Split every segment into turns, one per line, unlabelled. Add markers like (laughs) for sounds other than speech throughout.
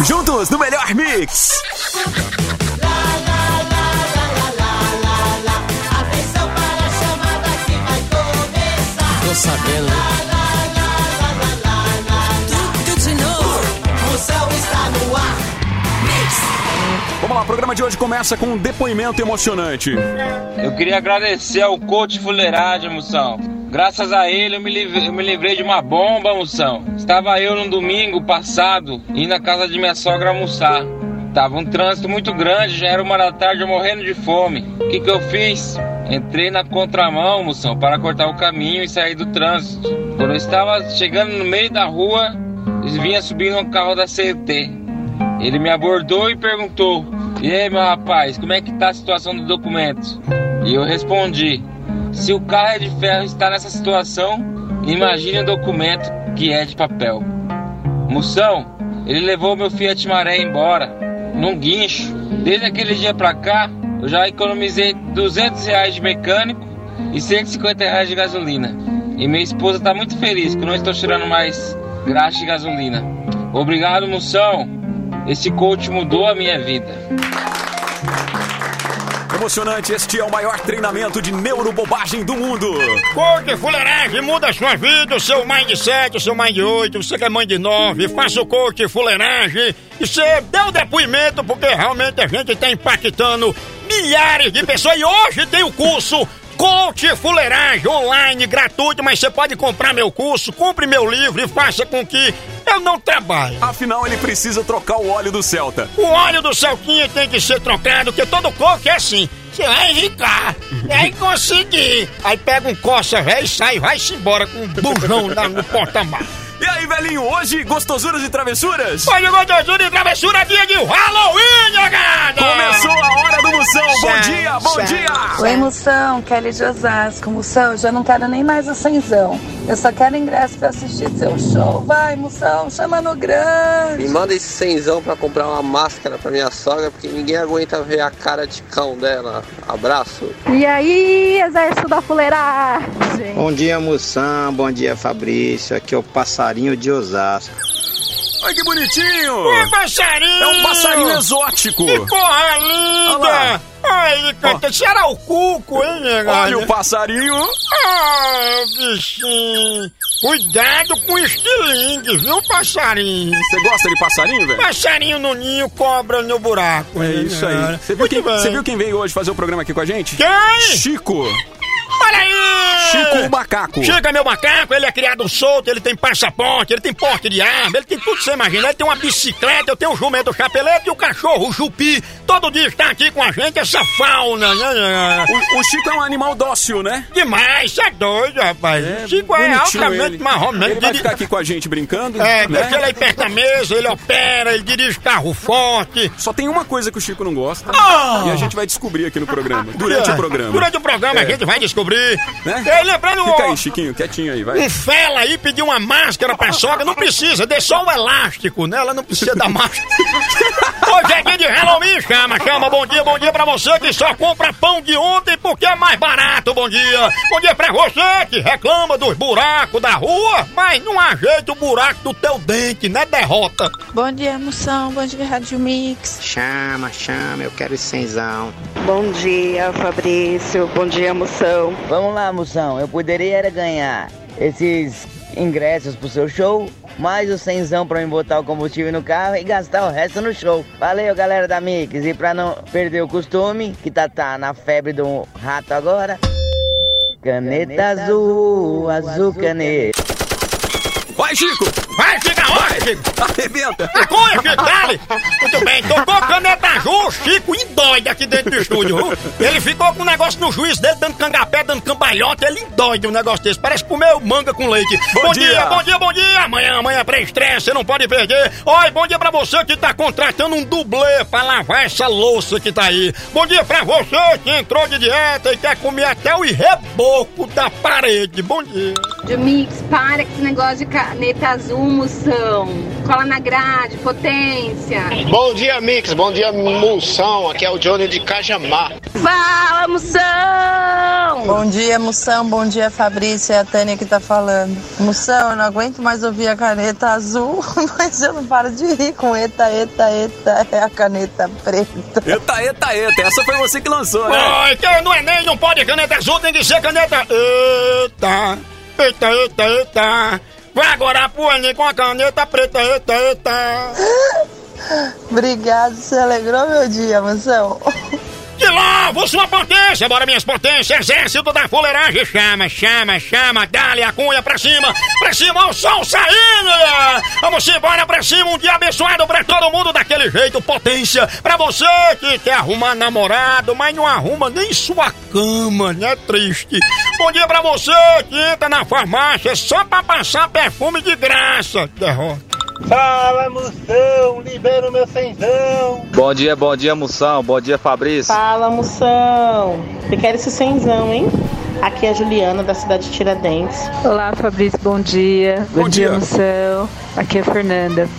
Juntos no melhor mix.
Tô sabendo, né?
Vamos lá, o programa de hoje começa com um depoimento emocionante.
Eu queria agradecer ao coach Fuleiragem, moção. Graças a ele eu me, livrei, eu me livrei de uma bomba, moção. Estava eu no domingo passado indo na casa de minha sogra almoçar. Tava um trânsito muito grande, já era uma da tarde, eu morrendo de fome. O que, que eu fiz? Entrei na contramão, moção, para cortar o caminho e sair do trânsito. Quando eu estava chegando no meio da rua, vinha subindo um carro da CET. Ele me abordou e perguntou: E aí, meu rapaz, como é que tá a situação do documento? E eu respondi: Se o carro é de ferro e está nessa situação, imagine o documento que é de papel. Moção, ele levou meu Fiat Maré embora, num guincho. Desde aquele dia pra cá, eu já economizei 200 reais de mecânico e 150 reais de gasolina. E minha esposa tá muito feliz que eu não estou tirando mais graxa de gasolina. Obrigado, Moção. Esse coach mudou a minha vida.
Emocionante, este é o maior treinamento de neurobobagem do mundo.
Corte Fuleiragem muda a sua vida, o seu mãe de 7, o seu mãe de 8, você que é mãe de 9, faça o corte Fuleiragem e você dê o depoimento porque realmente a gente está impactando milhares de pessoas e hoje tem o curso Coach Fuleiragem online, gratuito, mas você pode comprar meu curso, compre meu livro e faça com que eu não trabalhe.
Afinal, ele precisa trocar o óleo do Celta.
O óleo do Celtinha tem que ser trocado, porque todo coco é assim. Você vai enricar, vai conseguir. Aí pega um coça velho e sai, vai-se embora com um bujão lá no porta-mar.
E aí, velhinho, hoje, gostosuras e travessuras?
Olha o gostosura e travessura, dia de Halloween, jogada!
Começou a hora do moção. Bom dia, bom dia.
Oi, Moção, Kelly de Osasco. Moção, eu já não quero nem mais a cenzão. Eu só quero ingresso pra assistir seu show. Vai, Moção, chama no grande.
Me manda esse cenzão pra comprar uma máscara pra minha sogra, porque ninguém aguenta ver a cara de cão dela. Abraço.
E aí, exército da fuleiragem?
Bom dia, Moção. Bom dia, Fabrício. Aqui é o passarinho de Osasco.
Olha que bonitinho.
Um passarinho!
É um passarinho exótico.
Que porra
Olha lá.
linda! Aí, canta, será o cuco, hein, negócio?
Olha o passarinho.
Ah, bichinho! Cuidado com o estilingue, viu, passarinho?
Você gosta de passarinho, velho?
Passarinho no ninho, cobra no buraco.
É
hein,
isso aí.
cara?
Você viu,
Muito
quem,
bem.
você viu quem veio hoje fazer o programa aqui com a gente?
Quem?
Chico.
Olha aí!
Chico o macaco.
Chega meu macaco, ele é criado solto, ele tem passaporte, ele tem porte de arma, ele tem tudo que você imagina. Ele tem uma bicicleta, eu tenho o jumento chapelete e o cachorro, o jupi. Todo dia está aqui com a gente essa fauna. né, né, né.
O, o Chico é um animal dócil, né?
Demais, você é doido, rapaz. Chico é
Bonitinho
altamente
ele.
marrom
Ele
mesmo.
vai
diri-
ficar aqui com a gente brincando,
É,
né?
deixa ele aí perto da mesa, ele opera, ele dirige carro forte.
Só tem uma coisa que o Chico não gosta.
Ah!
E a gente vai descobrir aqui no programa. Durante
É,
o programa. É.
Durante o programa a gente vai descobrir.
Né?
É, lembrando,
Fica aí,
ó,
Chiquinho, quietinho aí, vai.
um fela aí pediu uma máscara pra sogra, não precisa, dê só um elástico, né? Ela não precisa
(laughs)
da máscara. Hoje é dia de Halloween, chama, chama, bom dia, bom dia pra você que só compra pão de ontem porque é mais barato, bom dia. Bom dia pra você que reclama dos buracos da rua, mas não ajeita o buraco do teu dente, né? Derrota.
Bom dia, moção. Bom dia, Rádio Mix.
Chama, chama, eu quero esse cenzão.
Bom dia, Fabrício. Bom dia, moção.
Vamos lá, moção. Eu poderia era ganhar esses ingressos pro seu show, mais o cenzão pra eu botar o combustível no carro e gastar o resto no show. Valeu, galera da Mix. E pra não perder o costume, que tá, tá na febre do rato agora... Caneta, azul, azul caneta.
Vai, Chico!
Vai, fica onde, Chico?
Arrebenta!
Maconha, Chico, dale! é Muito bem, tocou caneta azul, Chico endoida aqui dentro do estúdio, viu? Ele ficou com o negócio no juiz dele, dando cangapé, dando cambalhota, ele endoida um negócio desse, parece que comeu manga com leite.
Bom dia.
bom dia, bom dia! Amanhã, amanhã, pré-estresse, você não pode perder. Oi, bom dia pra você que tá contratando um dublê pra lavar essa louça que tá aí. Bom dia pra você que entrou de dieta e quer comer até o reboco da parede. Bom dia.
Mix, para com esse negócio de caneta azul, moção.
Moção. Cola na grade, potência.
Bom dia, Mix. Bom dia, Moção. Aqui é o Johnny de Cajamar.
Fala, Moção! Bom dia, Moção. Bom dia, Fabrício. É a Tânia que tá falando. Moção, eu não aguento mais ouvir a caneta azul, (laughs) mas eu não paro de rir com eta, eta, eta. É a caneta preta.
Eta, eta, eta. Essa foi você que lançou, né?
Ah, então não é nem, não pode caneta azul, tem que ser caneta. Eita, eita, eita, eita. Vai agora pro Enem com a caneta preta, eita, eita.
Obrigado, você alegrou meu dia, Moção.
De novo, sua potência! Bora, minhas potências! Exército da fuleiragem! Chama, chama, chama! Dá-lhe a cunha pra cima! Pra cima, o sol saindo! Vamos embora pra cima! Um dia abençoado pra todo mundo daquele jeito! Potência! Pra você que quer arrumar namorado, mas não arruma nem sua cama, né? Triste! Bom dia pra você que entra na farmácia só pra passar perfume de graça! Derrota!
Fala, Moção, libera o meu senzão.
Bom dia, bom dia, Moção, bom dia, Fabrício.
Fala, Moção, eu quero esse senzão, hein? Aqui é a Juliana, da cidade de Tiradentes.
Olá, Fabrício, bom dia.
Bom, dia. dia,
Moção. Aqui é a Fernanda.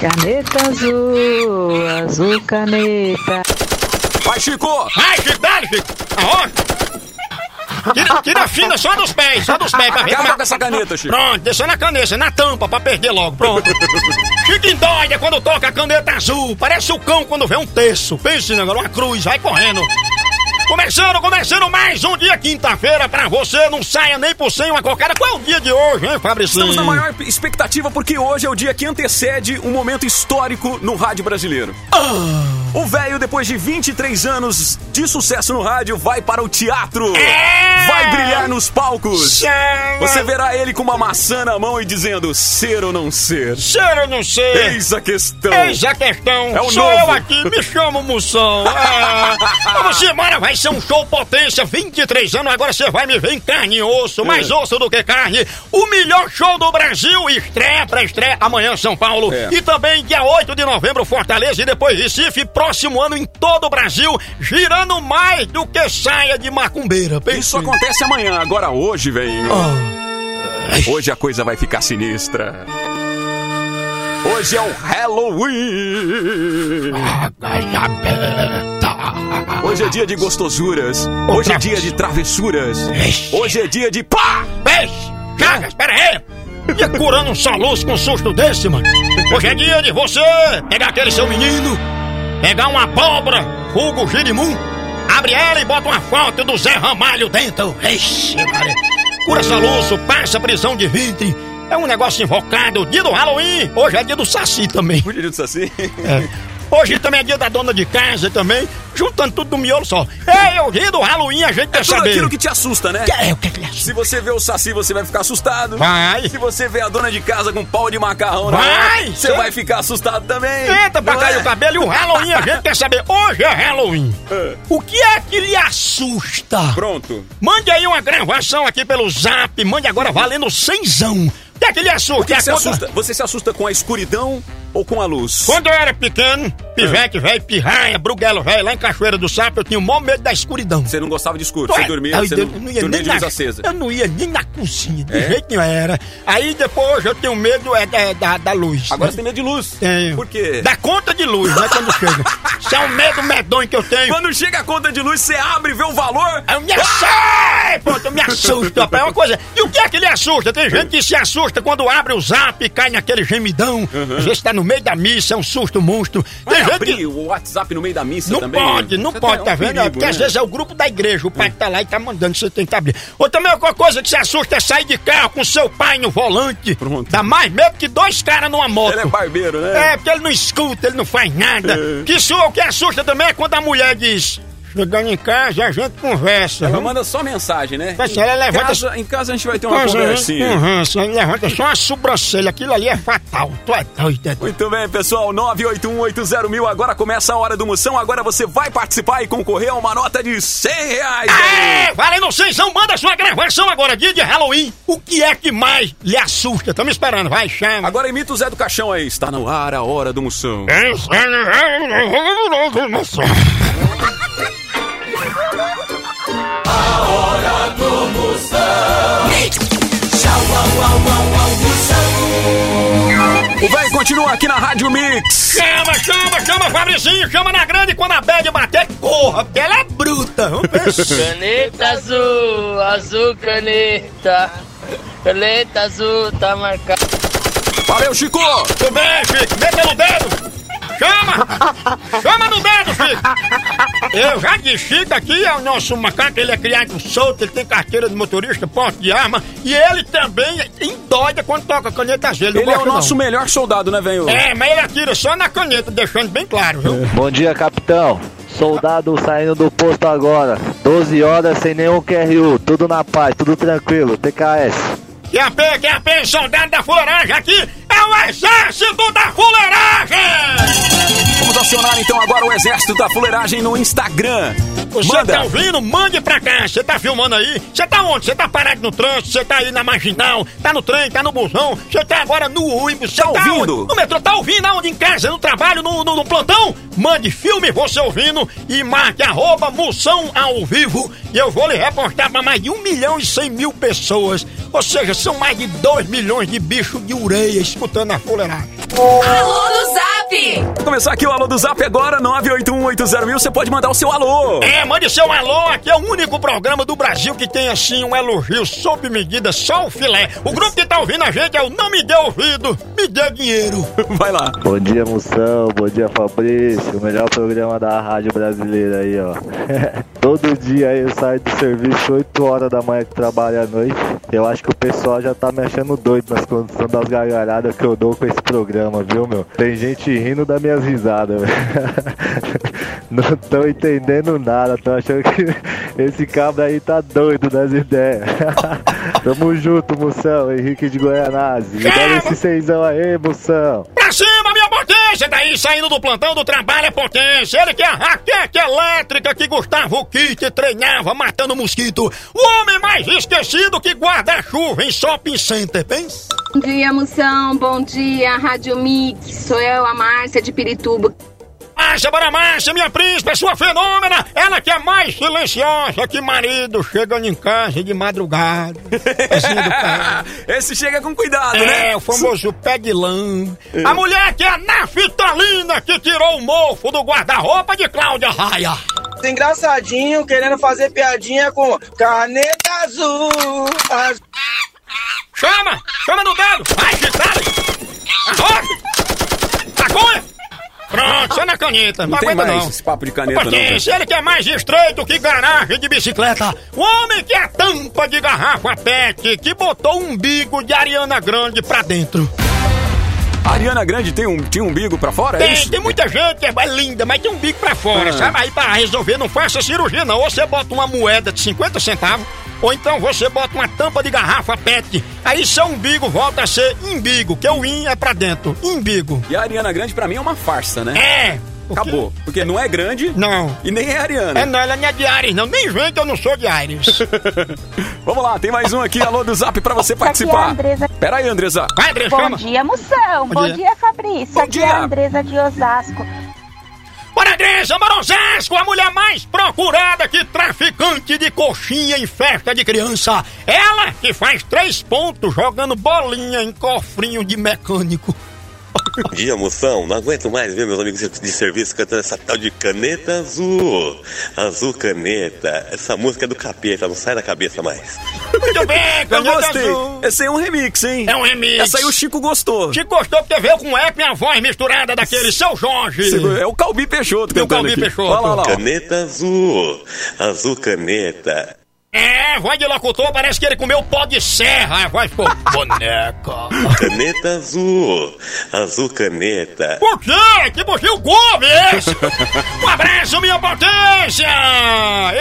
Caneta azul, azul caneta.
Vai, Chico!
Vai, Chico, dale, Chico! Aonde? Tira, tira a fina só dos pés, só dos pés. Pra ver é
Acaba com essa caneta, Chico.
Pronto, deixa na caneta, na tampa, pra perder
(laughs)
logo, pronto. Fica em dóia quando toca a caneta azul. Parece o cão quando vê um terço. Pense, negócio, uma cruz, vai correndo. Começando, começando mais um dia quinta-feira pra você. Não saia nem por sem uma cocada. Qual é o dia de hoje, hein, Fabrício?
Estamos na maior expectativa porque hoje é o dia que antecede um momento histórico no rádio brasileiro. O velho, depois de 23 anos de sucesso no rádio, vai para o teatro.
É.
Vai brilhar nos palcos. Você verá ele com uma maçã na mão e dizendo: ser ou não ser.
Ser ou não ser.
Eis a questão.
Eis a questão.
É o
Sou
novo.
eu aqui, me
(laughs)
chamo Moção. Ah, vamos embora, vai ser um show potência, 23 anos, agora você vai me ver em carne e osso, mais
É.
osso do que carne. O melhor show do Brasil, estreia pra estreia amanhã São Paulo.
É.
E também dia 8 de novembro, Fortaleza e depois Recife, próximo ano em todo o Brasil, girando mais do que saia de macumbeira. Pense.
Isso acontece amanhã, agora hoje, velho. Hoje a coisa vai ficar sinistra. Hoje é o Halloween.
Tá.
Hoje é dia de gostosuras. Hoje é dia de travessuras. Hoje é dia de pá!
Peixe, Chagas, pera aí! Ia curando um soluço com um susto desse, mano. Hoje é dia de você pegar aquele seu menino, pegar uma abóbora, vulgo girimum, abre ela e bota uma foto do Zé Ramalho dentro. Ixi, Maria. Cura soluço, passa prisão de ventre. É um negócio invocado. Dia do Halloween, hoje é dia do Saci também.
Hoje é dia de saci.
Hoje também é dia da dona de casa também, juntando tudo do miolo só. É, o dia do Halloween a gente quer
É Tudo
saber.
aquilo que te assusta, né?
É, o que é que ele
Se você vê o Saci, você vai ficar assustado.
Vai.
Se você vê a dona de casa com pau de macarrão na mão,
Vai.
você vai ficar assustado também.
Eita, pra
Não
cair
é?
o cabelo e o Halloween, a gente quer saber. Hoje é Halloween. O que é que lhe assusta?
Ah, Pronto.
Mande aí uma gravação aqui pelo zap, mande agora valendo cenzão. O que é que lhe assusta?
O que
É
você
quando-
assusta? Você se assusta com a escuridão ou com a luz?
Quando eu era pequeno,
É.
pivete, velho, pirranha, bruguelo, velho, lá em Cachoeira do Sapo, eu tinha o maior medo da escuridão.
Você não gostava de escuro, você
Ué,
dormia,
aí
você
eu
não,
ia
dormia
nem
de
na-
luz acesa.
Eu não ia nem na cozinha, de
É?
jeito nenhum era. Aí depois hoje eu tenho medo é, da, da, da luz.
Agora
né?
você tem medo de luz.
Tenho.
Por quê?
Da conta de luz, né, quando chega. Isso é um medo medonho que eu tenho.
Quando chega a conta de luz, você abre e vê o valor.
Eu me assusto! Pronto, eu me assusto, rapaz. É uma coisa. E o que é que ele assusta? Tem gente que se assusta quando abre o zap e cai naquele gemidão.
Uhum.
Às vezes tá no meio da missa, é um susto monstro. Tem
Vai
gente
abrir
que.
o WhatsApp no meio da missa
Não
também.
pode, não
Você
pode,
é
tá
um
vendo?
perigo,
Porque às
né?
vezes é o grupo da igreja, o pai que tá lá e tá mandando, você tem que abrir. Ou também alguma coisa que se assusta é sair de carro com seu pai no volante.
Pronto.
Dá mais medo que dois caras numa moto.
Ele é barbeiro, né?
É, porque ele não escuta, ele não faz nada.
É.
Que isso, o que assusta também é quando a mulher diz: Chegando em casa, a gente conversa.
Ela
vamos
Então manda só mensagem, né?
Mas se ela
Em
levanta-
casa- em casa a gente vai ter uma
Mas,
conversinha.
hein, uhum, isso aí levanta só uma sobrancelha, aquilo ali é fatal. Tu é doido, é doido.
Muito bem, pessoal. 98180 mil. Agora começa a hora do Moção. Agora você vai participar e concorrer a uma nota de 100 reais.
Aê, valendo senzão, manda sua gravação agora, dia de Halloween. O que é que mais lhe assusta? Estamos esperando, vai, chama.
Agora imita o Zé do Caixão aí. Está no ar a hora do Moção.
Tchau, au, au, au, au, moção.
O velho continua aqui na Rádio Mix.
Chama, chama, chama, Fabricinho, chama na grande quando a bad bater, corra, porque ela é bruta. Vamos
(laughs)
ver.
Caneta azul, azul caneta. Caneta azul tá marcada.
Valeu, Chico!
Tudo bem, Chico? Meta no dedo! Chama! Chama no dedo, Chico! Eu já disse, Chico aqui é o nosso macaco, ele é criado solto, ele tem carteira de motorista, porte de arma, e ele também endoida quando toca caneta azul.
Ele, é o nosso melhor soldado, né, velho?
É, mas ele atira só na caneta, deixando bem claro, viu?
É.
Bom dia, capitão. Soldado saindo do posto agora. 12 horas sem nenhum QRU. Tudo na paz, tudo tranquilo. TKS.
QAP, QAP, é soldado da fuleiragem aqui é o exército da fuleiragem!
Vamos acionar então agora o exército da fuleiragem no Instagram.
Você tá ouvindo? Mande pra cá. Você tá filmando aí? Você tá onde? Você tá parado no trânsito? Você tá aí na marginal? Tá no trem? Tá no busão? Você tá agora no ônibus? Você
Tá ouvindo?
onde? No metrô? Tá ouvindo? Aonde? Em casa? No trabalho? No, no, no plantão? Mande filme você ouvindo e marque arroba moção ao vivo. E eu vou lhe reportar pra mais de 1 milhão e 100 mil pessoas. Ou seja, são mais de 2 milhões de bichos de ureia escutando a fuleiragem.
Alô no Zap!
Vamos Começar aqui o Alô do Zap agora, 98180 mil. Você pode mandar o seu alô. (laughs)
É, mande seu alô, aqui é o único programa do Brasil que tem assim um elogio sob medida, só o filé. O grupo que tá ouvindo a gente é o Não Me Dê Ouvido, Me Dê Dinheiro.
Vai lá.
Bom dia, Moção. Bom dia, Fabrício. O melhor programa da rádio brasileira aí, ó. Todo dia eu saio do serviço 8 horas da manhã que trabalho à noite. Eu acho que o pessoal já tá me achando doido nas condições das gargalhadas que eu dou com esse programa, viu, meu? Tem gente rindo das minhas risadas, velho. (laughs) Não tô entendendo nada. Tô achando que (laughs) esse cabra aí tá doido das ideias. (laughs) Tamo junto, Moção. Henrique de Goianazes. Me dá esse seisão aí, Moção.
É, Pra cima, minha potência! Daí saindo do plantão do trabalho é potência. Ele que é a raquete elétrica que Gustavo Kitt treinava matando mosquito. O homem mais esquecido que guarda-chuva em shopping center, pensa?
Bom dia, Moção. Bom dia, Rádio Mix. Sou eu, a Márcia de Pirituba.
Márcia, bora Márcia, minha príncipe, é sua fenômena! Ela que é mais silenciosa que marido, chegando em casa de madrugada. Assim do carro.
(laughs) Esse chega com cuidado, né?
É, o famoso pé de lã. A mulher que é naftalina que tirou o mofo do guarda-roupa de Cláudia Raia.
Engraçadinho, querendo fazer piadinha com caneta azul. Az-
Chama! Chama no dedo! Vai, Vitale! Arrocha! Sacunha! Pronto, só na caneta. Não,
Não tem
aguenta
mais
não.
esse papo de caneta, não. velho.
Potência, ele que é mais estreito que garagem de bicicleta. O homem que é tampa de garrafa pet, que botou um umbigo de Ariana Grande pra dentro.
A Ariana Grande tem um, tinha um umbigo pra fora? é
Tem,
isso?
tem muita gente que é mais linda, mas tem um bico pra fora,
Ah.
sabe? Aí pra resolver, não faça cirurgia, não. Ou você bota uma moeda de 50 centavos, ou então você bota uma tampa de garrafa pet. Aí seu umbigo volta a ser imbigo, que o in é pra dentro. Imbigo.
E a Ariana Grande pra mim é uma farsa, né?
É!
Acabou. Porque não é grande
Não.
e nem é Ariana.
É não, ela não é de Ares, não. Nem vem que eu não sou
(laughs)
de Ares. É
Vamos lá, tem mais um aqui, alô do Zap, pra você
é a
participar.
Andresa.
Pera aí, Andresa.
Vai, André,
Bom
chama.
dia, Moção.
Bom
Bom,
dia.
dia, Fabrício.
Bom
Aqui é
dia.
a Andresa de Osasco.
Bora, Andressa Morozesco, a mulher mais procurada que traficante de coxinha em festa de criança. Ela que faz três pontos jogando bolinha em cofrinho de mecânico.
Bom dia, moção. Não aguento mais ver meus amigos de serviço cantando essa tal de caneta azul. Azul caneta. Essa música é do capeta, não sai da cabeça mais.
(laughs)
Muito bem,
Eu
caneta
gostei.
azul.
Esse aí é um remix, hein?
É um remix.
Essa aí o Chico gostou.
Te gostou porque veio com um app e a voz misturada daquele seu Jorge.
Segura- É o Calbi Peixoto
E o
cantando
Calbi
aqui.
Peixoto.
Olha lá, olha lá. ó.
Caneta azul. Azul caneta.
É, voz de locutor, parece que ele comeu pó de serra. A voz
(laughs)
ficou boneca.
Caneta azul. Azul caneta.
Por quê? Que bugio come
(laughs)
esse? Um abraço, minha potência!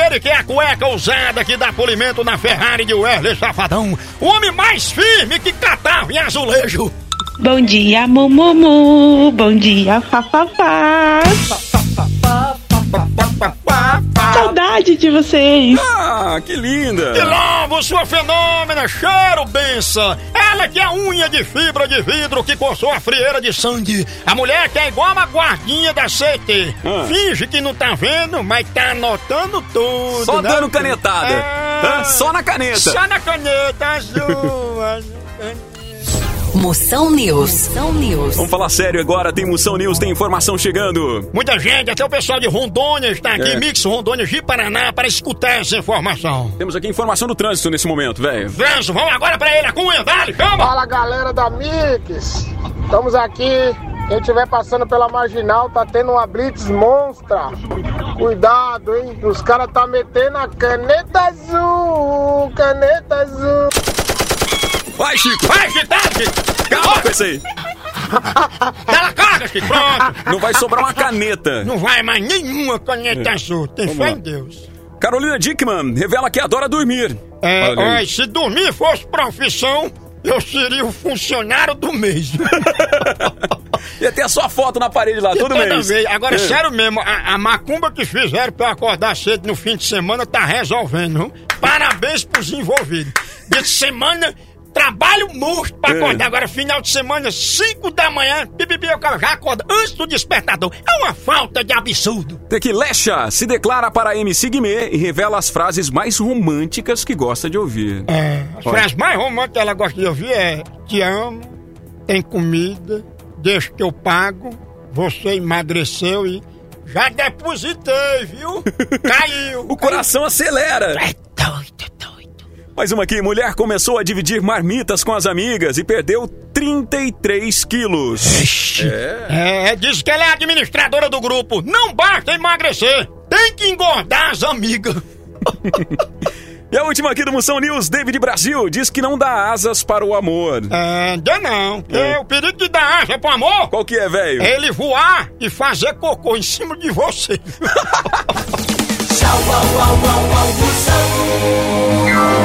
Ele que é a cueca usada que dá polimento na Ferrari de Wesley Safadão. O homem mais firme que catarro em azulejo.
Bom dia, Mumumu. Bom dia, Fafafá. Saudade de vocês.
Ah, que linda.
De novo, sua fenômena, cheiro benção. Ela que é unha de fibra de vidro que coçou a frieira de sangue. A mulher que é igual uma guardinha da CT.
Ah.
Finge que não tá vendo, mas tá anotando tudo.
Só
né?
dando canetada.
É.
Hã? Só na caneta. (laughs)
Só na caneta azul. azul, caneta.
Moção News.
Vamos falar sério agora, tem Moção News, tem informação chegando.
Muita gente, até o pessoal de Rondônia está aqui,
É.
Mix Rondônia de Paraná, para escutar essa informação.
Temos aqui informação do trânsito nesse momento, velho.
Vamos, vamos agora para ele, a Cunha, vale, calma!
Fala galera da Mix! Estamos aqui. Quem estiver passando pela marginal tá tendo uma blitz monstra. Cuidado, hein? Os caras tá metendo a caneta azul, caneta azul.
Vai, Chico!
Vai, Gitade!
Calma com isso aí.
Cala a cara,
(laughs)
Chico, pronto!
Não vai sobrar uma caneta.
Não vai mais nenhuma caneta
É.
azul, tem
Vamos
fé
lá.
em Deus.
Carolina Dickman revela que adora dormir.
É,
Olha aí.
olha, se dormir fosse profissão, eu seria o funcionário do mês.
(laughs) E até a sua foto na parede lá, É todo
Toda
mês.
vez. Agora,
É.
sério mesmo, a, a macumba que fizeram pra eu acordar cedo no fim de semana tá resolvendo. viu? Parabéns pros envolvidos. De semana, trabalho monstro pra
É.
acordar. Agora, final de semana, 5 da manhã, bibibi, eu já acordo antes do despertador. É uma falta de absurdo.
Tequilecha se declara para MC Guimê e revela as frases mais românticas que gosta de ouvir.
É, as
Olha.
frases mais românticas que ela gosta de ouvir é Te amo, tem comida, deixa que eu pago, você emagreceu e já
(laughs)
depositei, viu? Caiu.
O é coração acelera. Mais uma aqui. Mulher começou a dividir marmitas com as amigas e perdeu 33 quilos. É.
É, diz que ela é administradora do grupo. Não basta emagrecer, tem que engordar as amigas.
E a última aqui do Moção News, David Brasil, diz que não dá asas para o amor.
É, ainda não. porque
É.
O perigo de dar asa pro amor
Qual que é, velho?
é ele voar e fazer cocô em cima de você. (laughs)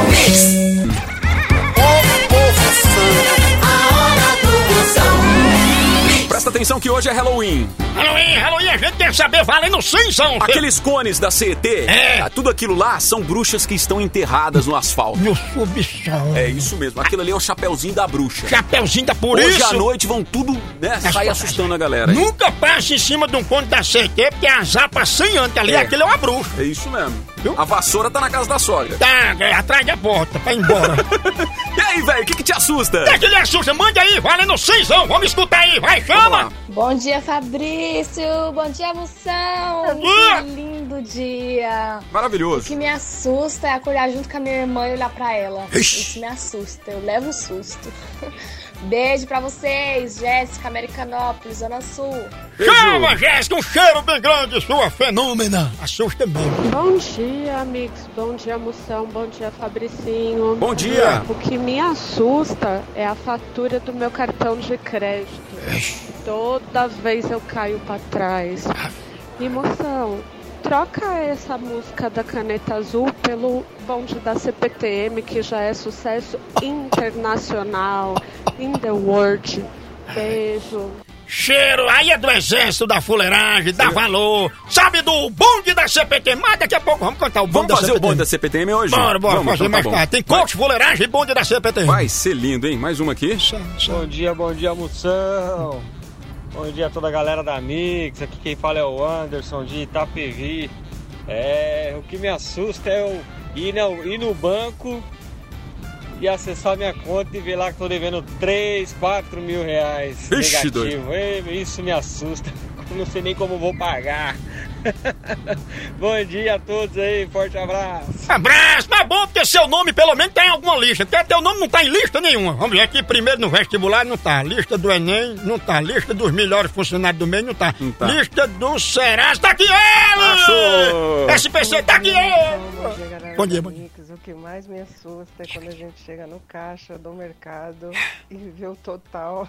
Presta atenção que hoje é Halloween.
Halloween, Halloween, a gente quer saber valendo sim, são. (laughs)
Aqueles cones da CET,
É.
ah, tudo aquilo lá são bruxas que estão enterradas no asfalto.
Meu subição.
É isso mesmo, aquilo ali é o chapeuzinho da bruxa.
Chapeuzinho da por
Hoje
é isso. É
à noite vão tudo, né,
As
sair
paradas.
assustando a galera. aí.
Nunca passe em cima de um cone da CT, porque a zapa sem anta ali,
É.
aquele é uma bruxa.
É isso mesmo. A vassoura tá na casa da sogra.
Tá, é, atrás da porta, pra
(laughs)
ir embora.
E aí, velho, o que, que te assusta?
É aquele assusta, mande aí, valendo cinzão, vamos escutar aí, vai, chama!
Bom dia, Fabrício. Bom dia, Moção.
Bom dia.
Que lindo dia. O
Maravilhoso.
que me assusta é acordar junto com a minha irmã e olhar pra ela.
Ixi.
Isso me assusta. Eu levo um susto. Beijo pra vocês, Jéssica, Americanópolis, Zona Sul.
Chama, Jéssica, um cheiro bem grande, sua fenômena! Assusta mesmo.
Bom dia, amigos. Bom dia, Moção. Bom dia, Fabricinho.
Bom dia.
O que me assusta é a fatura do meu cartão de crédito. Toda vez eu caio pra trás. E, Moção, troca essa música da Caneta Azul pelo bonde da CPTM, que já é sucesso internacional. In the world. Beijo.
Cheiro, aí é do exército, da fuleiragem, dá valor, sabe do bonde da CPT, mas daqui a pouco vamos cantar o bonde
Vamos fazer o
da CPT.
bonde da CPTM hoje?
Bora, bora,
Vamos,
fazer
então,
mais
tá bom.
tarde. Tem coach, fuleiragem e bonde da CPT.
Vai ser lindo, hein? Mais uma aqui.
Bom dia, bom dia, Moção. Bom dia a toda a galera da Mix. Aqui quem fala é o Anderson de Itapevi. É, o que me assusta é eu ir, não, ir no banco e acessar minha conta e ver lá que tô devendo 3, 4 mil reais.
Vixe,
negativo. Ei, isso me assusta. (laughs) Eu Não sei nem como vou pagar. (laughs) bom dia a todos aí, forte abraço.
Abraço, mas é bom porque seu nome pelo menos tá em alguma lista, porque teu nome não tá em lista nenhuma. Vamos ver aqui, primeiro no vestibular não tá, lista do Enem não tá, lista dos melhores funcionários do meio não tá,
tá.
lista do Serasa, tá aqui ele!
Achou!
SPC, tá aqui
Bom dia,
ele!
galera
Bom dia,
da
bom dia.
Mix. O que mais me assusta é quando a gente chega no caixa do mercado e vê o total,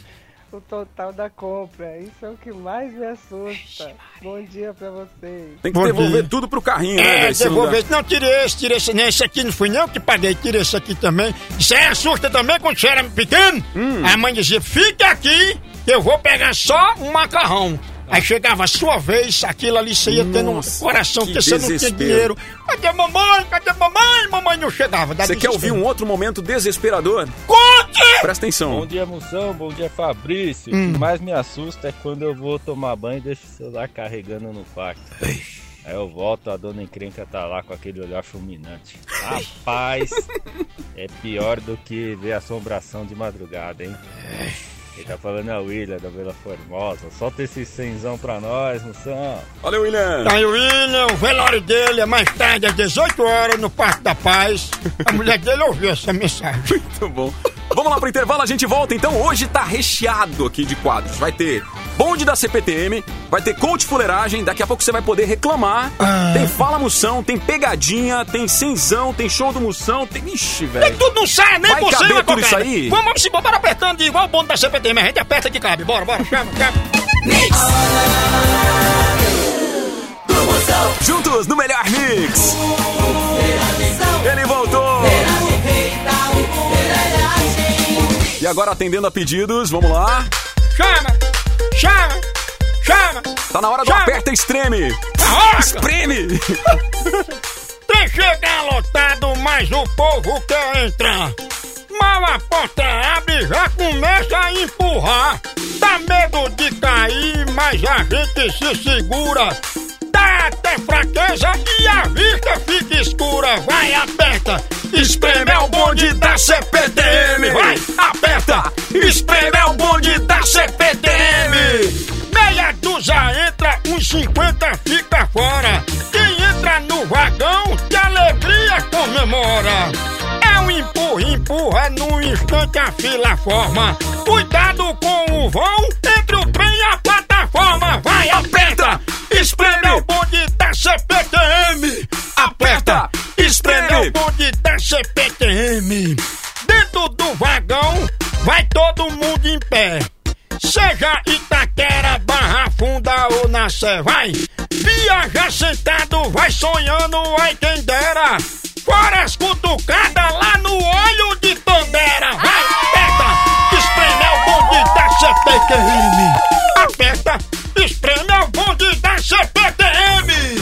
(laughs) o total da compra. Isso é o que mais me assusta. Bom dia pra vocês.
Tem que
Bom
devolver
dia.
tudo pro carrinho, né,
É,
velho? Se não
devolver.
dá.
Não, tirei esse, tirei esse. Nem esse aqui não fui não que paguei, tirei esse aqui também. Isso aí assusta também quando você era pequeno.
Hum.
A mãe dizia: fica aqui, eu vou pegar só um macarrão. Aí chegava a sua vez, aquilo ali você ia tendo um
Ah. Nossa,
coração,
que
porque você não tinha
desespero.
dinheiro. Cadê mamãe? Cadê mamãe? Mamãe não chegava. dá
Você quer
desespero.
ouvir um outro momento desesperador?
Conte!
Presta atenção.
Bom dia, Moção. Bom dia, Fabrício.
Hum.
O que mais me assusta é quando eu vou tomar banho e deixo o celular carregando no fax.
Aí eu volto, a dona encrenca tá lá com aquele olhar fulminante. Rapaz, é pior do que ver assombração de madrugada, hein? Ele tá falando a William da Vila Formosa. Solta esse cenzão pra nós, moção.
Valeu, William!
Tá aí o William, o velório dele é mais tarde, às 18 horas, no Parque da Paz. A mulher dele ouviu essa mensagem.
Muito bom. (laughs) Vamos lá pro intervalo, a gente volta. Então, hoje tá recheado aqui de quadros. Vai ter bonde da CPTM, vai ter coach fuleiragem, daqui a pouco você vai poder reclamar.
Ah.
Tem fala moção, tem pegadinha, tem cenzão, tem show do moção, tem... Ixi,
Nem
velho.
tudo não sai, nem
Vai
por
caber
cima,
tudo isso
cocaína.
aí?
Vamos, vamos embora, bora apertando igual o bonde da CPTM. A gente aperta que cabe. Bora, bora, chama, chama.
Juntos no melhor mix. Ele voltou. E agora atendendo a pedidos, vamos lá.
Chama, chama, chama.
Tá na hora do
Chama.
aperta extreme. Espreme.
Tem chegar lotado, mas o povo quer entrar. Mal a porta abre, já começa a empurrar. Dá medo de cair, mas a gente se segura. Dá até fraqueza e a vista fica escura. Vai, aperta, espreme é o bonde da CPTM. Vai, aperta, espreme é o bonde da CPTM. Meia dúzia entra, uns 50 fica fora. Quem entra no vagão, que alegria comemora. É um empurra, empurra, no instante a fila forma. Cuidado com o vão, entre o trem e a plataforma. Vai, aperta, espreme o bonde da CPTM. Aperta, espreme o bonde da CPTM. Dentro do vagão, vai todo mundo em pé. Seja Itaquera, Barra Funda ou na Sé, vai! Viaja sentado, vai sonhando, vai quem dera! Fora as cutucadas lá no olho de Tandera! Vai, aperta! Espreme é o bonde da CPTM! Aperta! Espreme é o bonde da CPTM!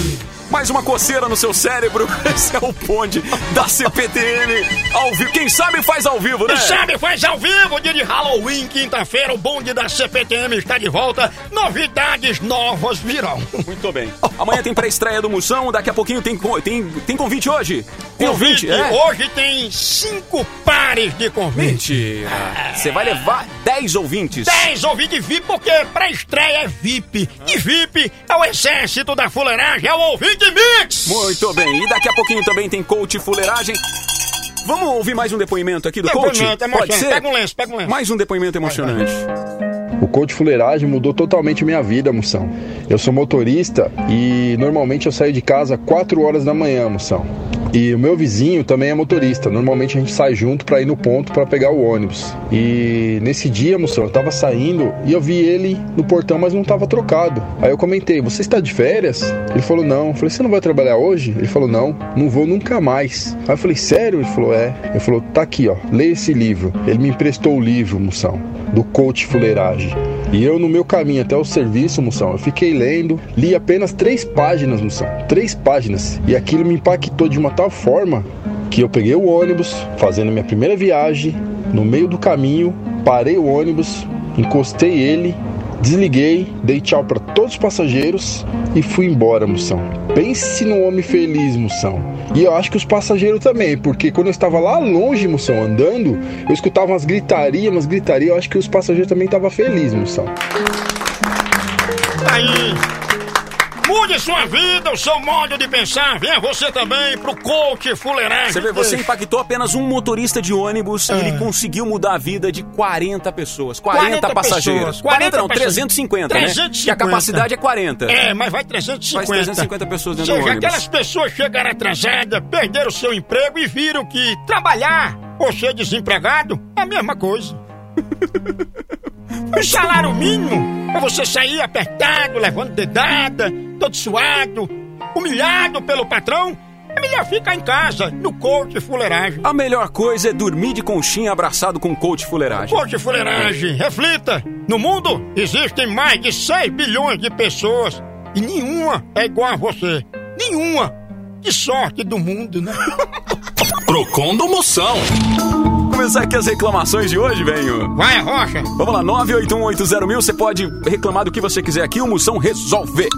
Mais uma coceira no seu cérebro. (laughs) Esse é o bonde da CPTM ao vivo. Quem sabe faz ao vivo, né?
E sabe, faz ao vivo, dia de Halloween, quinta-feira, o bonde da CPTM está de volta. Novidades novas virão.
Muito bem. Amanhã tem pré-estreia do Moção, daqui a pouquinho tem, co- tem, tem convite hoje. (laughs) Tem
Convite,
ouvinte, é?
hoje tem cinco pares de convite.
Mentira. Você vai levar 10 ouvintes.
10 ouvintes VIP, porque pra estreia é VIP. E VIP é o exército da fuleiragem, é o ouvinte mix.
Muito bem. E daqui a pouquinho também tem coach fuleiragem. Vamos ouvir mais um depoimento aqui do coach?
É Depoimento,
Pode
emocionante.
ser?
Pega um lenço, pega um lenço.
Mais um depoimento emocionante.
O coach fuleiragem mudou totalmente minha vida, moção. Eu sou motorista e normalmente eu saio de casa 4 horas da manhã, moção. E o meu vizinho também é motorista. Normalmente a gente sai junto pra ir no ponto pra pegar o ônibus. E nesse dia, moção, eu tava saindo e eu vi ele no portão, mas não tava trocado. Aí eu comentei: "Você está de férias?" Ele falou: "Não". Eu falei: "Você não vai trabalhar hoje?" Ele falou: "Não, não vou nunca mais". Aí eu falei: "Sério?" Ele falou: "É". Ele falou: "Tá aqui, ó. Lê esse livro". Ele me emprestou o livro, moção, do coach fuleiragem. E eu no meu caminho até o serviço, moção, eu fiquei lendo, li apenas três páginas, moção, três páginas. E aquilo me impactou de uma tal forma que eu peguei o ônibus, fazendo minha primeira viagem, no meio do caminho, parei o ônibus, encostei ele, desliguei, dei tchau para todos os passageiros e fui embora, moção. Pense num homem feliz, moção. E eu acho que os passageiros também, porque quando eu estava lá longe, moção, andando, eu escutava umas gritarias, umas gritarias, eu acho que os passageiros também estavam felizes, moção.
Aí. Mude sua vida, o seu modo de pensar. Venha você também pro coach fuleiragem.
Você vê, você impactou apenas um motorista de ônibus
Ah.
e ele conseguiu mudar a vida de 40 pessoas. 40,
40
passageiros.
pessoas,
40 não,
40
350, né? Que a
350.
capacidade é 40.
É, mas vai 350.
Faz 350 pessoas dentro
Ou
do
seja,
ônibus.
aquelas pessoas chegaram atrasadas, perderam seu emprego e viram que trabalhar ou ser desempregado é a
(laughs)
mesma coisa. O salário mínimo é você sair apertado, levando dedada, todo suado, humilhado pelo patrão. É melhor ficar em casa, no coach fuleiragem.
A melhor coisa é dormir de conchinha abraçado com coach fuleiragem.
Coach fuleiragem, reflita. No mundo existem mais de 6 bilhões de pessoas e nenhuma é igual a você. Nenhuma. Que sorte do mundo, né?
Procon do Moção. Começar aqui as reclamações de hoje, velho.
(laughs) Vai, Rocha.
um Vamos lá, 9818000, você pode reclamar do que você quiser aqui, o Moção resolve.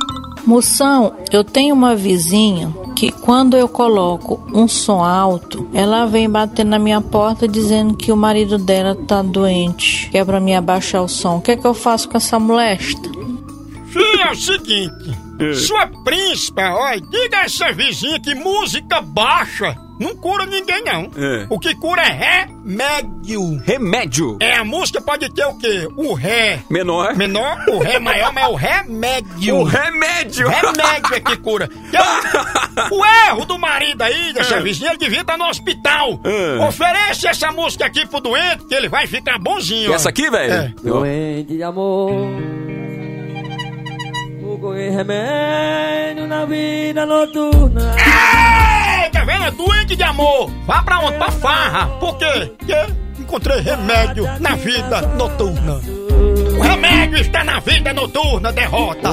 Moção, eu tenho uma vizinha que quando eu coloco um som alto, ela vem bater na minha porta dizendo que o marido dela tá doente, que é pra mim abaixar o som. O que é que eu faço com essa molesta?
Fih, é o
É.
seguinte. Sua príncipa, olha, diga a essa vizinha que música baixa não cura ninguém, não.
É.
O que cura é remédio.
Remédio.
É, a música pode ter o quê? O ré.
Menor.
Menor, o ré maior, mas é o remédio.
O remédio.
Remédio é que (laughs) cura. É. Que é (laughs) o- o, erro do marido aí, dessa vizinha, ele devia estar no hospital.
É.
Oferece essa música aqui pro doente, que ele vai ficar bonzinho. ó.
Essa aqui, velho?
É.
Doente de amor. Fogo e remédio na vida noturna.
Ei, tá vendo? Doente de amor. Vá pra onde? Pra farra. Por quê? Porque encontrei remédio na vida noturna. O remédio está na vida noturna, derrota.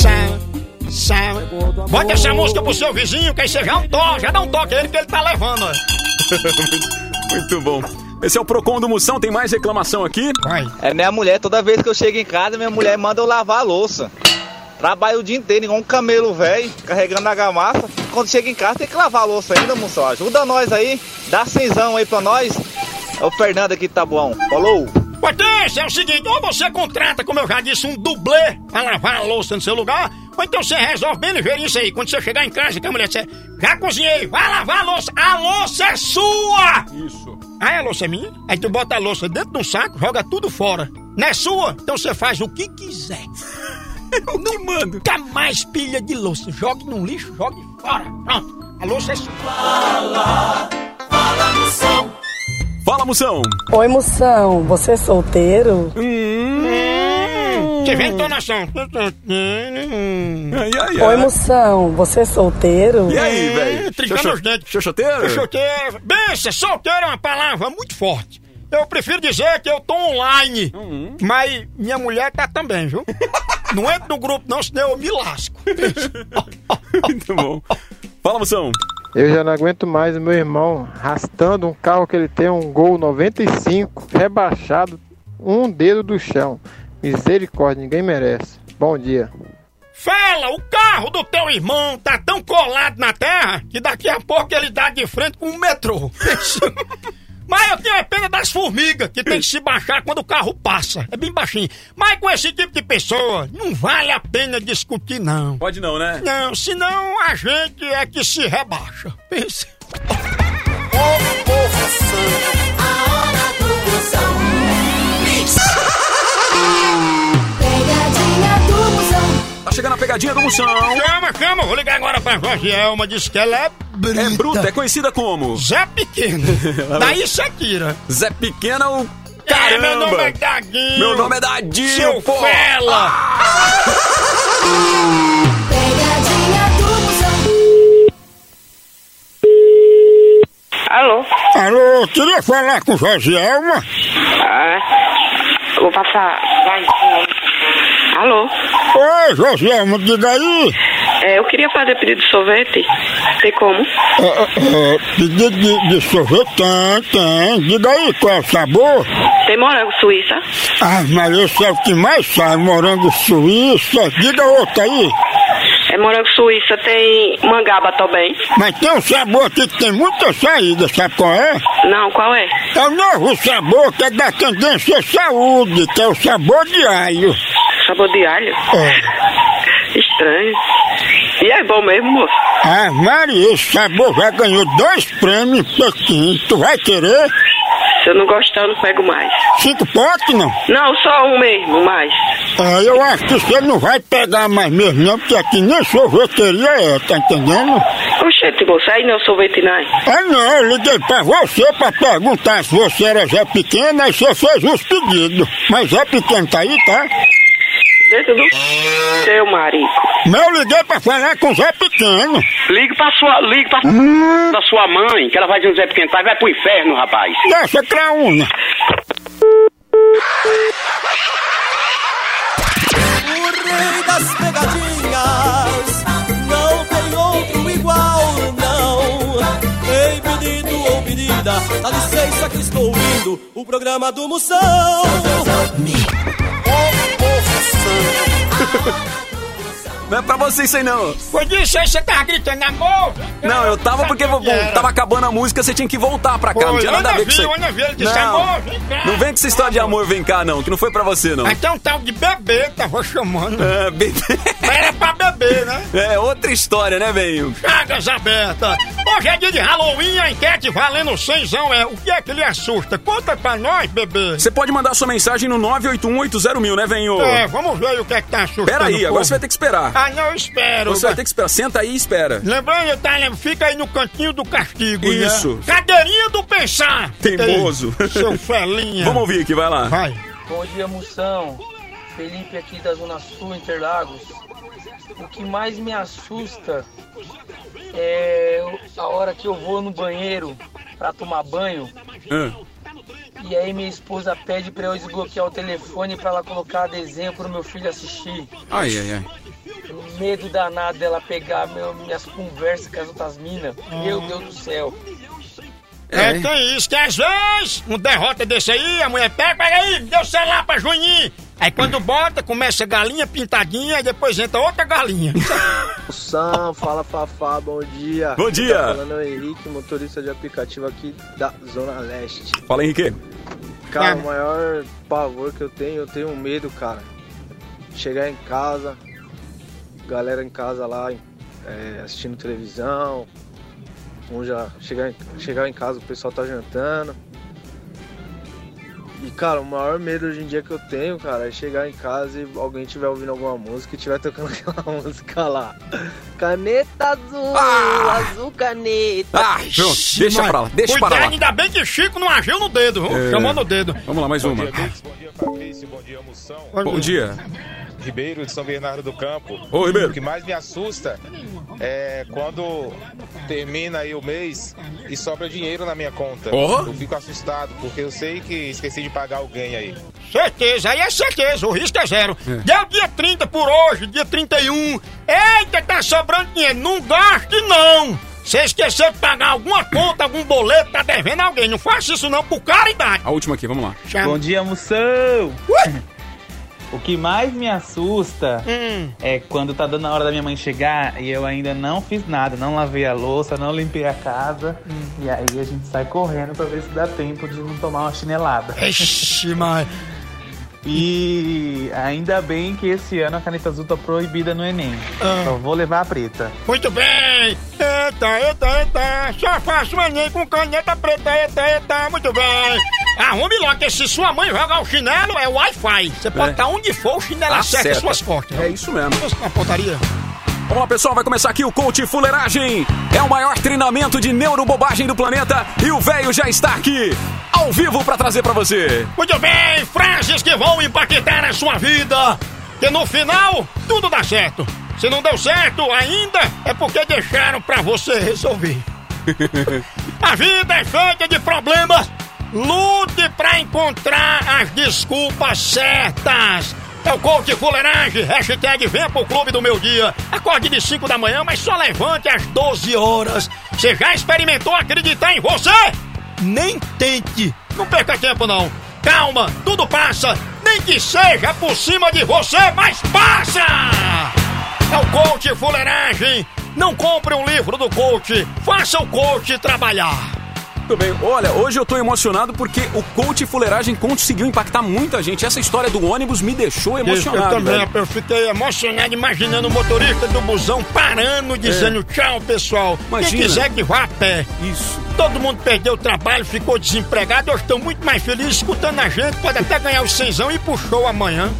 Sam, Sam. Bota essa música pro seu vizinho, que aí você já um toque, já dá um toque a ele que ele tá levando. ó.
Muito bom. Esse é o Procon do Moção, tem mais reclamação aqui?
Vai.
É minha mulher, toda vez que eu chego em casa, minha mulher manda eu lavar a louça. Trabalho o dia inteiro, igual um camelo velho, carregando a gamassa. Quando chega em casa, tem que lavar a louça ainda, moção. Ajuda nós aí, dá cenzão aí pra nós. É o Fernando aqui de Tabuão. Falou!
Potência, é o seguinte, ou você contrata, como eu já disse, um dublê pra lavar a louça no seu lugar, ou então você resolve bem ligeiro isso aí. Quando você chegar em casa, que a mulher disser, já cozinhei, vai lavar a louça, a louça é sua!
Isso.
Aí a louça é minha, aí tu bota a louça dentro de um saco, joga tudo fora. Não é sua? Então você faz o que quiser. Não mando. Nunca mais pilha de louça. Jogue no lixo, jogue fora. Pronto. A louça é sua.
Fala, Moção.
Oi, moção, você é solteiro?
Você vê a entonação.
Ai, ai,
Oi, moção, você é solteiro?
E aí, velho?
Trincando
Xoxo-
os É, dentes.
Xoxoteiro?
(laughs) Xoxoteiro. Bença, solteiro é uma palavra muito forte. Eu prefiro dizer que eu tô online, mas minha mulher tá também, viu? Não entra no grupo não, senão eu me lasco.
Muito bom. Fala, Moção.
Eu já não aguento mais o meu irmão arrastando um carro que ele tem, um Gol 95, rebaixado, um dedo do chão. Misericórdia, ninguém merece. Bom dia.
Fala, o carro do teu irmão tá tão colado na terra que daqui a pouco ele dá de frente com o metrô. Mas eu tenho a pena das formigas, que tem que se baixar quando o carro passa. É bem baixinho. Mas com esse tipo de pessoa, não vale a pena discutir, não.
Pode não, né?
Não, senão a gente é que se rebaixa. Pense.
Tá chegando a pegadinha do Moção.
Chama, chama, vou ligar agora pra Jorgielma, diz que ela é bruta.
É bruta, é conhecida como?
Zé
(laughs)
Pequeno. Daí Shakira.
Zé Pequena o
É, meu nome é
caramba.
Dadinho.
Meu nome é Dadinho,
Seu
pô.
fela.
Alô?
Alô, queria falar com Jorgielma.
Vou passar. Vai. Alô?
Oi, Jorgielma, diga aí.
É, eu queria fazer pedido de sorvete. Tem como?
É, é, é, pedido de, de sorvete tem, tem. Diga aí qual é o sabor.
Tem morango suíça?
Ah, mas esse é o que mais sai, morango suíça. Diga outro aí.
É morango suíça, tem mangaba também.
Mas tem um sabor aqui que tem muita saída, sabe qual é?
Não, qual é?
É o novo sabor que é da tendência à saúde, que é o sabor de alho. É.
Sabor de alho? Estranho. E é bom mesmo, moço?
Ah, Mari, esse sabor já ganhou dois prêmios em Pequim. Tu vai querer?
Se eu não gostar, eu não pego mais.
Cinco potes, não?
Não, só um mesmo, mais.
Ah, eu acho que você não vai pegar mais mesmo, não, porque aqui nem sorveteria é, tá entendendo?
Oxente, moço, aí não é sorvete, não.
Ah, não, eu liguei pra você pra perguntar se você era Zé Pequeno, aí você fez os pedidos. Mas Zé Pequeno tá aí, tá?
Dentro do seu marido.
Mas eu liguei pra falar com o Zé Pequeno.
Ligue pra sua, ligue pra da sua mãe, que ela vai dizer pequeno, pai, vai pro inferno, rapaz.
Deixa craúna.
O rei das pegadinhas Não tem outro igual, não Ei, menino ou menina Dá licença que estou ouvindo O programa do Moção
Não é pra você isso aí, não.
Foi disso aí, você tava gritando amor?
Não, eu tava porque
sabia que
bom,
era.
tava acabando a música, você tinha que voltar pra cá.
Pô,
não tinha nada a ver com isso aí.
Ana Vila, Ana Vila disse, amor, vem cá. Tá
Não, não vem com essa história de amor, vem cá, não, que não foi pra você, não.
Mas tem um tal de bebê que tava chamando.
É, (laughs) bem- (laughs)
Mas era pra beber, né?
é outra história, né, velho?
Chagas aberta. Hoje é dia de Halloween, a enquete valendo 100 é. O que é que lhe assusta? Conta pra nós, bebê.
Você pode mandar sua mensagem no 98180 mil, né, Venho?
É, vamos ver o que é que tá assustando.
Pera aí,
o
agora
povo.
você vai ter que esperar.
Ah, não, eu espero.
Você vai ter que esperar. Senta aí e espera.
Lembrando, tá, lem- fica aí no cantinho do castigo, né?
Isso.
Cadeirinha do pensar.
Teimoso.
Ei, Seu felinha.
Vamos ouvir aqui, vai lá.
Vai.
Bom dia, Moção. Felipe aqui da Zona Sul, Interlagos. O que mais me assusta é a hora que eu vou no banheiro pra tomar banho
Ah.
e aí minha esposa pede pra eu desbloquear o telefone pra ela colocar desenho pro meu filho é assistir.
Ai, ai, ai.
Medo danado dela pegar meu- minhas conversas com as outras minas. Meu Deus do céu.
É, tem isso, que às vezes, um derrota desse aí, a mulher pega, pega aí, me deu o celular pra Juninho. Aí quando bota, começa a galinha pintadinha, e depois entra outra galinha.
Sam, fala Fafá, bom dia.
Bom dia.
Tá falando é o Henrique, motorista de aplicativo aqui da Zona Leste.
Fala, Henrique.
Cara,
É.
o maior pavor que eu tenho, eu tenho medo, cara. Chegar em casa, galera em casa lá é, assistindo televisão, um já chegar em, chegar em casa, o pessoal tá jantando. E cara, o maior medo hoje em dia que eu tenho, cara, é chegar em casa e alguém tiver ouvindo alguma música e tiver tocando (laughs) aquela música lá. é Caneta azul,
Ah!
azul caneta.
Ah, pronto, deixa pra lá, deixa
Cuidado,
pra lá.
ainda bem que Chico não agiu no dedo, viu?
É.
chamou no dedo.
Vamos lá, mais uma. Bom dia.
Ribeiro de São Bernardo do Campo.
Ô, Ribeiro.
O que mais me assusta é quando termina aí o mês e sobra dinheiro na minha conta.
Ó.
Eu fico assustado, porque eu sei que esqueci de pagar alguém aí.
Certeza, aí é certeza, o risco é zero. Deu dia 30 por hoje, dia 31. Eita, tá sobrando dinheiro, não gaste não. Se esquecer de pagar alguma conta, algum boleto, tá devendo alguém. Não faça isso não, por caridade.
A última aqui, vamos lá.
É.
Bom dia, moção! (laughs) O que mais me assusta é quando tá dando a hora da minha mãe chegar e eu ainda não fiz nada, não lavei a louça, não limpei a casa. E aí a gente sai correndo pra ver se dá tempo de não tomar uma chinelada.
Ixi, mas...
E ainda bem que esse ano a caneta azul tá proibida no Enem. Só vou levar a preta.
Muito bem! Eita, eita, eita! Só faço o Enem com caneta preta, eita, eita, muito bem! Arrume logo que se sua mãe jogar o chinelo, é Wi-Fi. Você pode
É.
estar onde for, o chinelo acerta,
Acerta.
suas costas.
É isso mesmo.
Uma pontaria.
Vamos lá, pessoal, vai começar aqui o Coach Fuleiragem. É o maior treinamento de neurobobagem do planeta e o velho já está aqui, ao vivo, pra trazer pra você.
Muito bem, frases que vão impactar a sua vida. Que no final, tudo dá certo. Se não deu certo ainda, é porque deixaram pra você resolver. A vida é feita de problemas. Lute pra encontrar as desculpas certas. É o coach fuleiragem, hashtag vem pro clube do meu dia. Acorde de 5 da manhã, mas só levante às 12 horas. Você já experimentou acreditar em você? Nem tente. Não perca tempo não. Calma, tudo passa. Nem que seja por cima de você, mas passa! É o coach fuleiragem. Não compre um livro do coach. Faça o coach trabalhar.
Muito bem. Olha, hoje eu tô emocionado porque o coach fuleiragem conseguiu impactar muita gente. Essa história do ônibus me deixou emocionado.
Eu também,
velho.
eu fiquei emocionado imaginando o motorista do busão parando, dizendo tchau, pessoal. Quem
É. Imagina.
quiser que vá a pé. Isso. Todo mundo perdeu o trabalho, ficou desempregado. Eu estou muito mais feliz escutando a gente. Pode até ganhar o cenzão e puxou amanhã.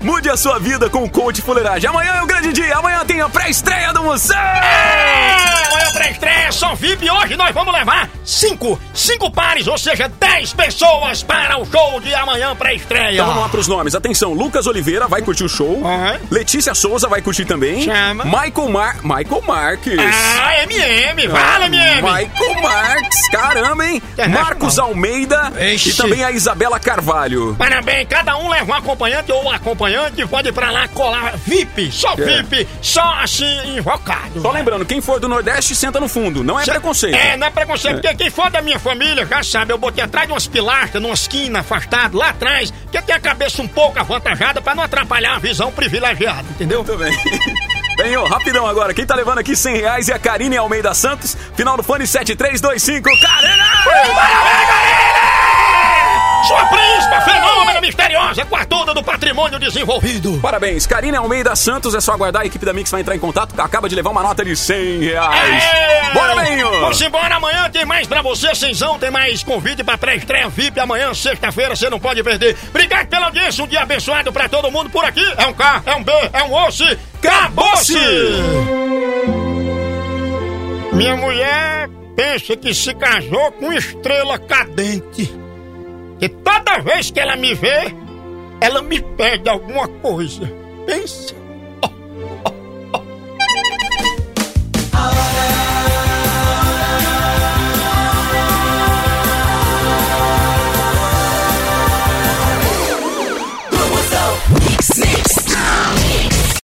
Mude a sua vida com o coach fuleiragem. Amanhã é um grande dia. Amanhã tem a pré-estreia do Moção.
É, Amanhã pra estreia, só VIP. Hoje nós vamos levar cinco, cinco pares, ou seja, dez pessoas para o show de amanhã pra estreia.
Então vamos lá pros nomes. Atenção, Lucas Oliveira vai curtir o show. Letícia Souza vai curtir também.
Chama.
Michael Mar... Michael Marques.
Ah, MM, fala, MM.
Michael Marques, caramba, hein?
É, né?
Marcos Almeida e também a Isabela Carvalho.
Parabéns, cada um leva um acompanhante ou acompanhante, pode ir pra lá colar VIP, só
É.
VIP, só assim invocado.
Só lembrando, quem for do Nordeste, senta no fundo. Não é preconceito.
É, não é preconceito, porque quem for da minha família já sabe, eu botei atrás de umas pilastras, numa esquina afastado, lá atrás, que tem a cabeça um pouco avantajada pra não atrapalhar a visão privilegiada, entendeu?
Também. (laughs) Bem, ô, rapidão agora. Quem tá levando aqui 100 reais é a Karine Almeida Santos. Final do fone 7325. Karine!
Sua príncipa, fenômeno misteriosa, quartona do patrimônio desenvolvido.
Parabéns, Karine Almeida Santos. É só aguardar, a equipe da Mix vai entrar em contato. Acaba de levar uma nota de 100 reais. Bora, Benho!
É. Vamos embora, amanhã tem mais pra você, Cinzão, tem mais convite pra pré-estreia VIP amanhã, sexta-feira, você não pode perder. Obrigado pela audiência, um dia abençoado pra todo mundo por aqui. É um K, é um B, é um osso. Acabou-se! Minha mulher pensa que se casou com estrela cadente. E toda vez que ela me vê, ela me pede alguma coisa. Pensa.